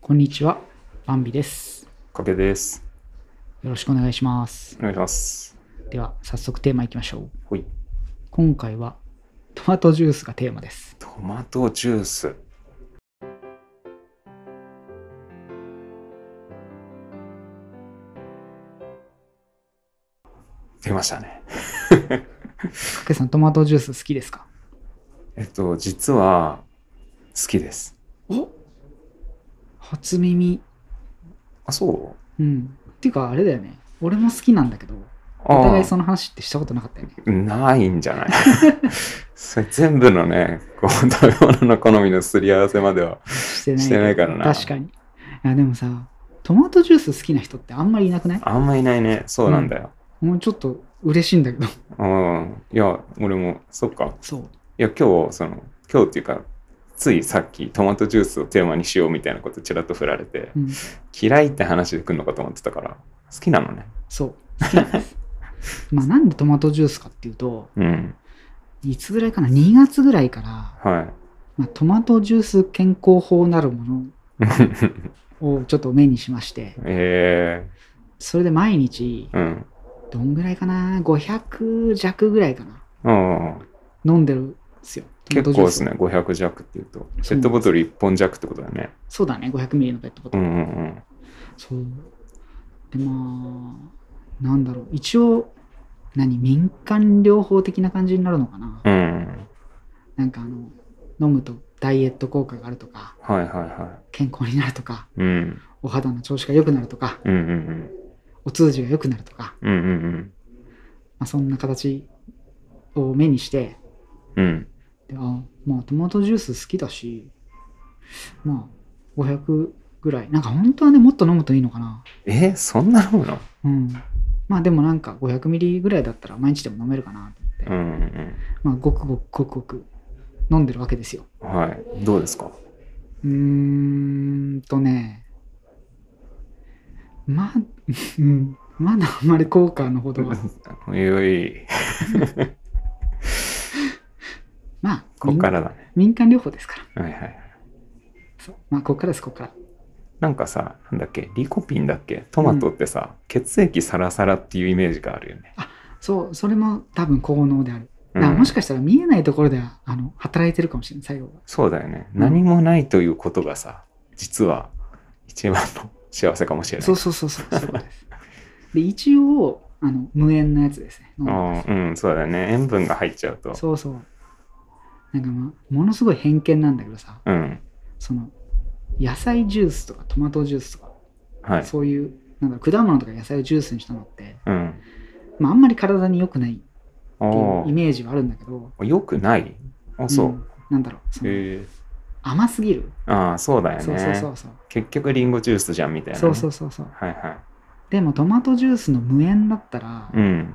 こんにちは、バンビです。かけです。よろしくお願いします。お願いします。では、早速テーマいきましょう。ほい。今回は、トマトジュースがテーマです。トマトジュース。出ましたね。かけさん、トマトジュース好きですかえっと、実は、好きです。お初耳。あ、そううん。っていうか、あれだよね。俺も好きなんだけど、おあ互いあその話ってしたことなかったよね。ないんじゃない それ全部のね、こう、食べ物の好みのすり合わせまでは。してない。してないからな確かに。いや、でもさ、トマトジュース好きな人ってあんまりいなくないあんまいないね。そうなんだよ。もうちょっと嬉しいんだけど。うん。いや、俺も、そっか。そう。いや今日その今日っていうかついさっきトマトジュースをテーマにしようみたいなことちらっと振られてうん。嫌いって話で来るのかと思ってたから好きなのねそう。好きなんです。まあ、なんでトマトジュースかっていうと、うんいつぐらいかな ?2 月ぐらいから、はまあ、トマトジュース健康法なるもいの をちょっと目にしまして、えそれで毎日ー、、うんどんぐらいかな ?500 弱ぐらいかなああ飲んでるんですよ。トマト結構ジュでースすね500弱っていうとすペットボトル1本弱ってことだねそうだね、500ミリのペットボトうル。んうんうんそう。で、まあ、なんだろう。一応、何民間療法的な感じになるのかな、うんなんかあの、飲むとダイエット効果があるとか、はいはいは健康になるとか、いうんお肌の調子が良くなるとか、うんうんお通じが良くなるとか、うんうんうんまあ、そんな形を目にして、うんうんであまあトマトジュース好きだし、まあ500ぐらい。なんか本当はね、もっと飲むといいのかな。えそんな飲むのうん。まあでもなんか500ミリぐらいだったら毎日でも飲めるかなとう思って、んうんまあごくごくごくごく飲んでるわけですよ。うんはいどうですかうーんとね、まあ、うん、まだあんまり効果のほ どは、おいおいまあ、こっからだね。民民間療法ですから。はいはい。そうまあ、こっからです、こっから。なんかさ、なんだっけ、リコピンだっけ、トマトってさ、血液サラサラっていうイメージがあるよね。そう、それも多分効能である。うだからんもしかしたら見えないところではあの働いてるかもしれない、最後は。そうだよね。うん何もないということがさ、実は一番の幸せかもしれない。そうそうそうそう、そういうことです。で、一応、あの無塩のやつですね。飲んでまあすあうん、そうだよね。塩分が入っちゃうと。そうそう。なんか、まあ、ものすごい偏見なんだけどさ、うん。その、野菜ジュースとかトマトジュースとか、はい。そういう、なんだろう果物とか野菜をジュースにしたのって、うん。まあ、あんまり体に良くないっていうイあメージはあるんだけど、あ。よくないあ、そ。んなんだろう、そうのへえ。甘すぎる。ああ、そうだよね。そうそうそうそう。結局リンゴジュースじゃんみたいなね、そうそうそうそう。はいはでもトマトジュースの無塩だったら、い。うん。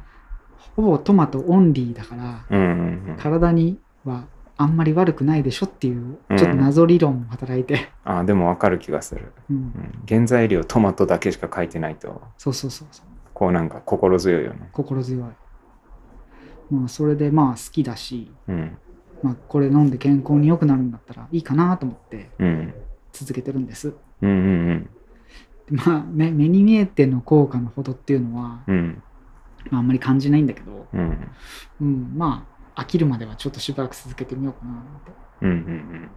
ほぼトマトオンリーだから、うんうんうん。体にはあんまり悪くないでしょっていう、ちうょっとん謎理論も働いて、ああ、でもわかる気がする。うんうん原材料トマトだけしか書いてないとそうそうそうそう、こうなんか心強いよね心強い。まあ、それでまあ好きだし、うんまあ、これ飲んで健康に良くなるんだったらいいかなと思ってうん続けてるんです。うんうんでまあね、目に見えての効果のほどっていうのは、うんうんまあ、あんまり感じないんだけど、うんうん、まあ飽きるまではちょっとしばらく続けてみようかなって。うんうん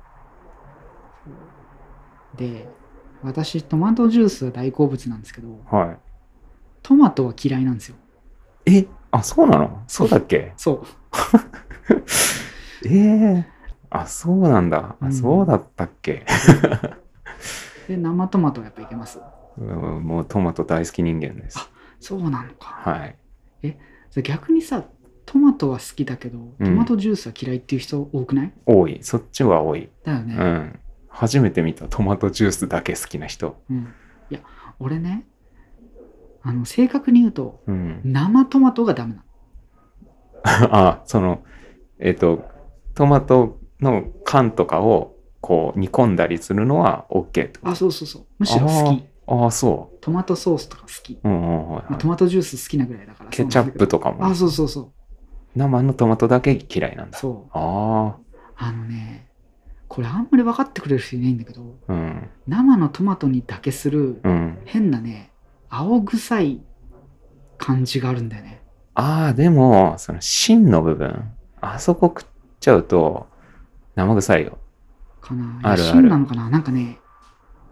で私トマトジュースは大好物なんですけどうんはトマトは嫌いなんですよいえあそうなのそうだっけそうええあそうなんだうんあそうだったっけ、で生トマトはやっぱいけますうん、もうトマト大好き人間ですそうなのかはいで逆にさトマトは好きだけどうトんマトジュースは嫌いっていう人多くない、多いそっちは多いだよね、うん初めて見たトマトジュースだけ好きな人うんいや俺ねあの正確に言うとうん生トマトがダメなの あ、その、えっ、と、トマトの缶とかをこう煮込んだりするのは OK ってことあそうそうそうむしろ好きああ、そトマトソースとか好き、う。うんうんはいまはあ、いトマトジュース好きなぐらいだからケチャップととかもあそうそうそう生のトマトだけ嫌いなんだ。そうああのね、これあんまり分かってくれる人いないんだけどうん。生のトマトにだけするうん。変なね青臭い感じがあるんだよねああ、でも、その芯の部分、あそこ食っちゃうと、生臭いよ。かなあるある芯なのかななんかね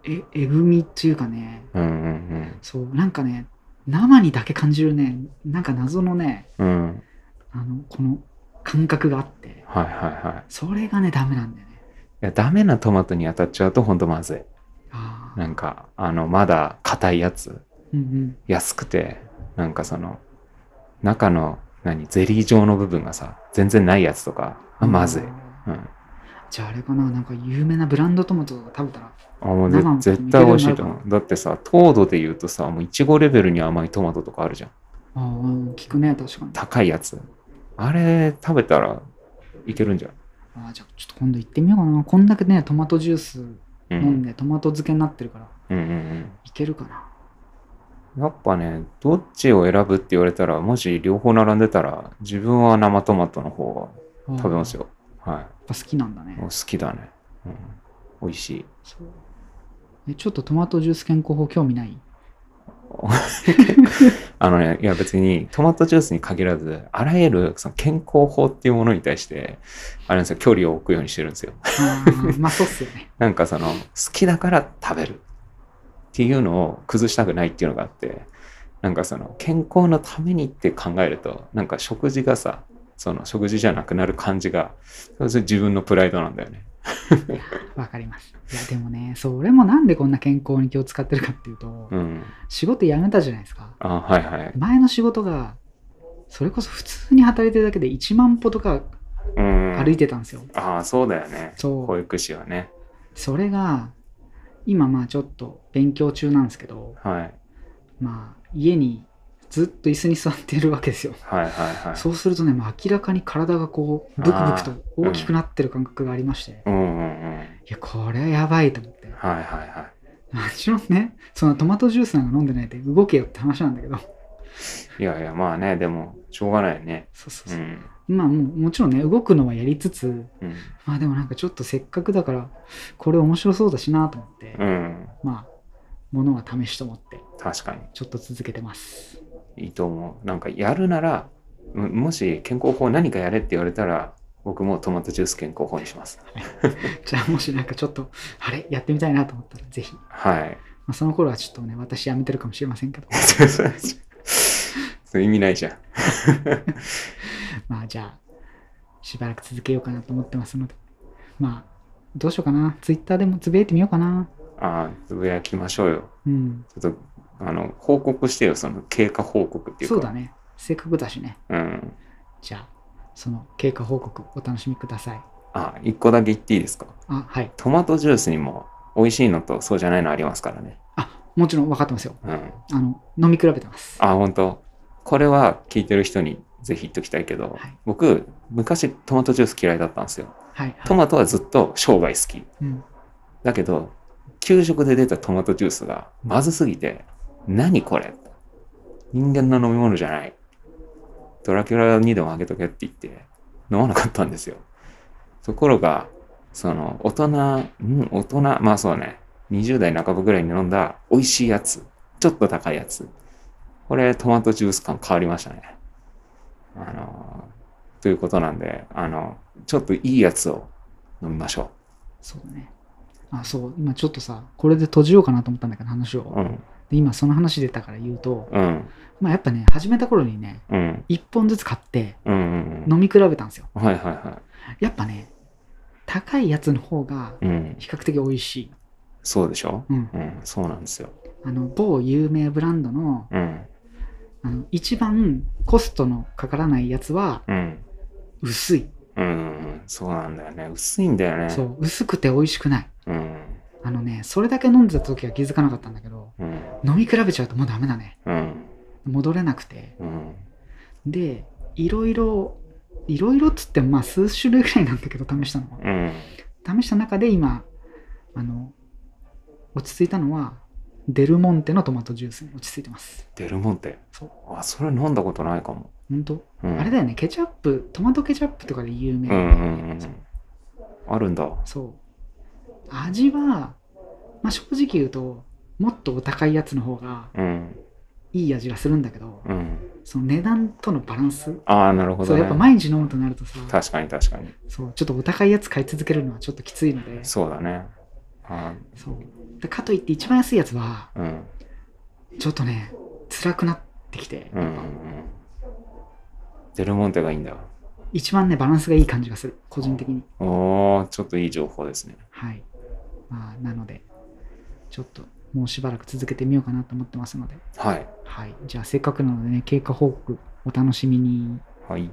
ええぐみっていうかねうんうんそうなんかね生にだけ感じるねなんか謎のねうん。うん。あのこの感覚があってはいはいはい。それがねダメなんだよねいや、ダメなトマトに当たっちゃうとほんとまずああい。なんか、あの、まだ硬いやつ、うんうん安くて、なんかその、中の、何、ゼリー状の部分がさ、全然ないやつとか、あまずい。うん。じゃああれかななんか有名なブランドトマトとか食べたらあ、もう生のぜ絶対美味しいとい思う。だってさ、糖度で言うとさ、もういちごレベルに甘いトマトとかあるじゃん。ああ聞くね確かに高いやつ。あれ、食べたらいけるんじゃん。ああじゃあちょっと今度行ってみようかなこんだけねトマトジュースう飲んん。でトマト漬けになってるからうんうんいけるかなうん。やっぱね、どっちを選ぶって言われたら、もし両方並んでたら、自分は生トマトの方が食べますよよ。やはっぱ好きなんだねい。もう好きだね。うん、美味しい。そうえちょっとトマトジュース健康法興味ないあのね、いや別にトマトジュースに限らず、あらゆるその健康法っていうものに対して、あれなんですよ、距離を置くようにしてるんですよ。あ ーまあそうっすよねなんかその、好きだから食べるっていうのを崩したくないっていうのがあって、なんかその、健康のためにって考えると、なんか食事がさ、その食事じゃなくなる感じが、それ自分のプライドなんだよね。わかりますいやでもねそう俺もなんでこんな健康に気を使ってるかっていうと、うん。仕事辞めたじゃないですかあ、はいはい。前の仕事がそれこそ普通に働いてるだけで1万歩とかうん。歩いてたんですよ、ああ、そうだよね。そう保育士はね。それが今まあちょっと勉強中なんですけどはい。まあ家にずっと椅子に座ってるわけですよはいはいはい。そうするとね、もう明らかに体がこう、ブクブクと大きくなってる感覚がありまして、いうんうんうん。や、これはやばいと思って。はいはいはもちろんね、そのトマトジュースなんか飲んでないで動けよって話なんだけど、い。いやいや、まあね、でも、しょうがないよね。そうそううそう。ん。まあもう、もちろんね、動くのはやりつつ、うん。まあでもなんかちょっとせっかくだから、これ面白そうだしなと思って、うん。まあ、ものは試しと思って、確かちょっと続けてます。に。いいと思う。なんか、やるなら、ももし健康法何かやれって言われたら、僕もトマトジュース健康法にします。じゃあもしなんかちょっと、あれやってみたいなと思ったら、ぜひ。まはい。 あその頃はちょっとね、私辞めてるかもしれませんけど、それ意味ないじゃん。まあじゃあ、しばらく続けようかなと思ってますので。まあ、どうしようかな。ツイッターでもつぶやいてみようかな。ああ、つぶやきましょうよ。うん。ちょっと、あの、報告してよ、その経過報告っていうか。そうだね。せっかくだしね。うん。じゃあ、その経過報告お楽しみください。あ、一個だけ言っていいですかあ、はい。トマトジュースにも美味しいのとそうじゃないのありますからね。あ、もちろん分かってますよ。うん。あの、飲み比べてます。あ、本当これは聞いてる人にぜひ言っときたいけど、はい僕、昔トマトジュース嫌いだったんですよ。はい。トマトはずっと生涯好き。うん。だけど、給食で出たトマトジュースがまずすぎて、何これ人間の飲み物じゃない。ドラキュラにでもあげとけって言って、飲まなかったんですよ。ところが、その、大人、うん、大人、まあそうね、20代半ばぐらいに飲んだ美味しいやつ、ちょっと高いやつ。これ、トマトジュース感変わりましたね。あの、ということなんで、あの、ちょっといいやつを飲みましょそうだね。あ、そう。今ちょっとさ、これで閉じようかなと思ったんだけど、話う。うを。ん、で今その話出たから言うと、うん。まあやっぱね、始めた頃にね、うん。 1本ずつ買ってうんうん飲み比べたんですよ。うん。はいはいはやっぱね、高いやつの方がい。うん。比較的美味しい。そうでしょうん。うん。そうなんですよ。あの、某有名ブランドの、うん。あの、一番コストのかからないやつはうん。薄い。うんうん。そうなんだよね。薄いんだよね。そう、薄くて美味しくない。うん。あのね、それだけ飲んでた時は気づかなかったんだけど、うん。飲み比べちゃうともうダメだね。うん。戻れなくて。うん。で、いろいろ、いろいろっつってもまあ数種類ぐらいなんだけど試したのは。うん。試した中で今、あの、落ち着いたのは、デルモンテのトマトジュースに落ち着いてます。デルモンテ。そう。あ、それ飲んだことないかも。本当うん。あれだよね、ケチャップ、トマトケチャップとかで有名うだよんね、うんうんうん。あるんだ。そう。味は、まあ、正直言うともっとお高いやつの方がうん。いい味がするんだけどうん。その値段とのバランスああ、なるほそどうね。やっぱ毎日飲むとなるとさ確かに確かに。そうちょっとお高いやつ買い続けるのはちょっときついのでそうだね。あそうでかといって一番安いやつはーうん。ちょっとね辛くなってきて、うんうんうん。デルモンテがいいんだ。一番ねバランスがいい感じがする個人的におー、ちょっといい情報ですね。はいまあなのでちょっともうしばらく続けてみようかなと思ってますのではい。はいじゃあせっかくなのでね経過報告お楽しみにはい。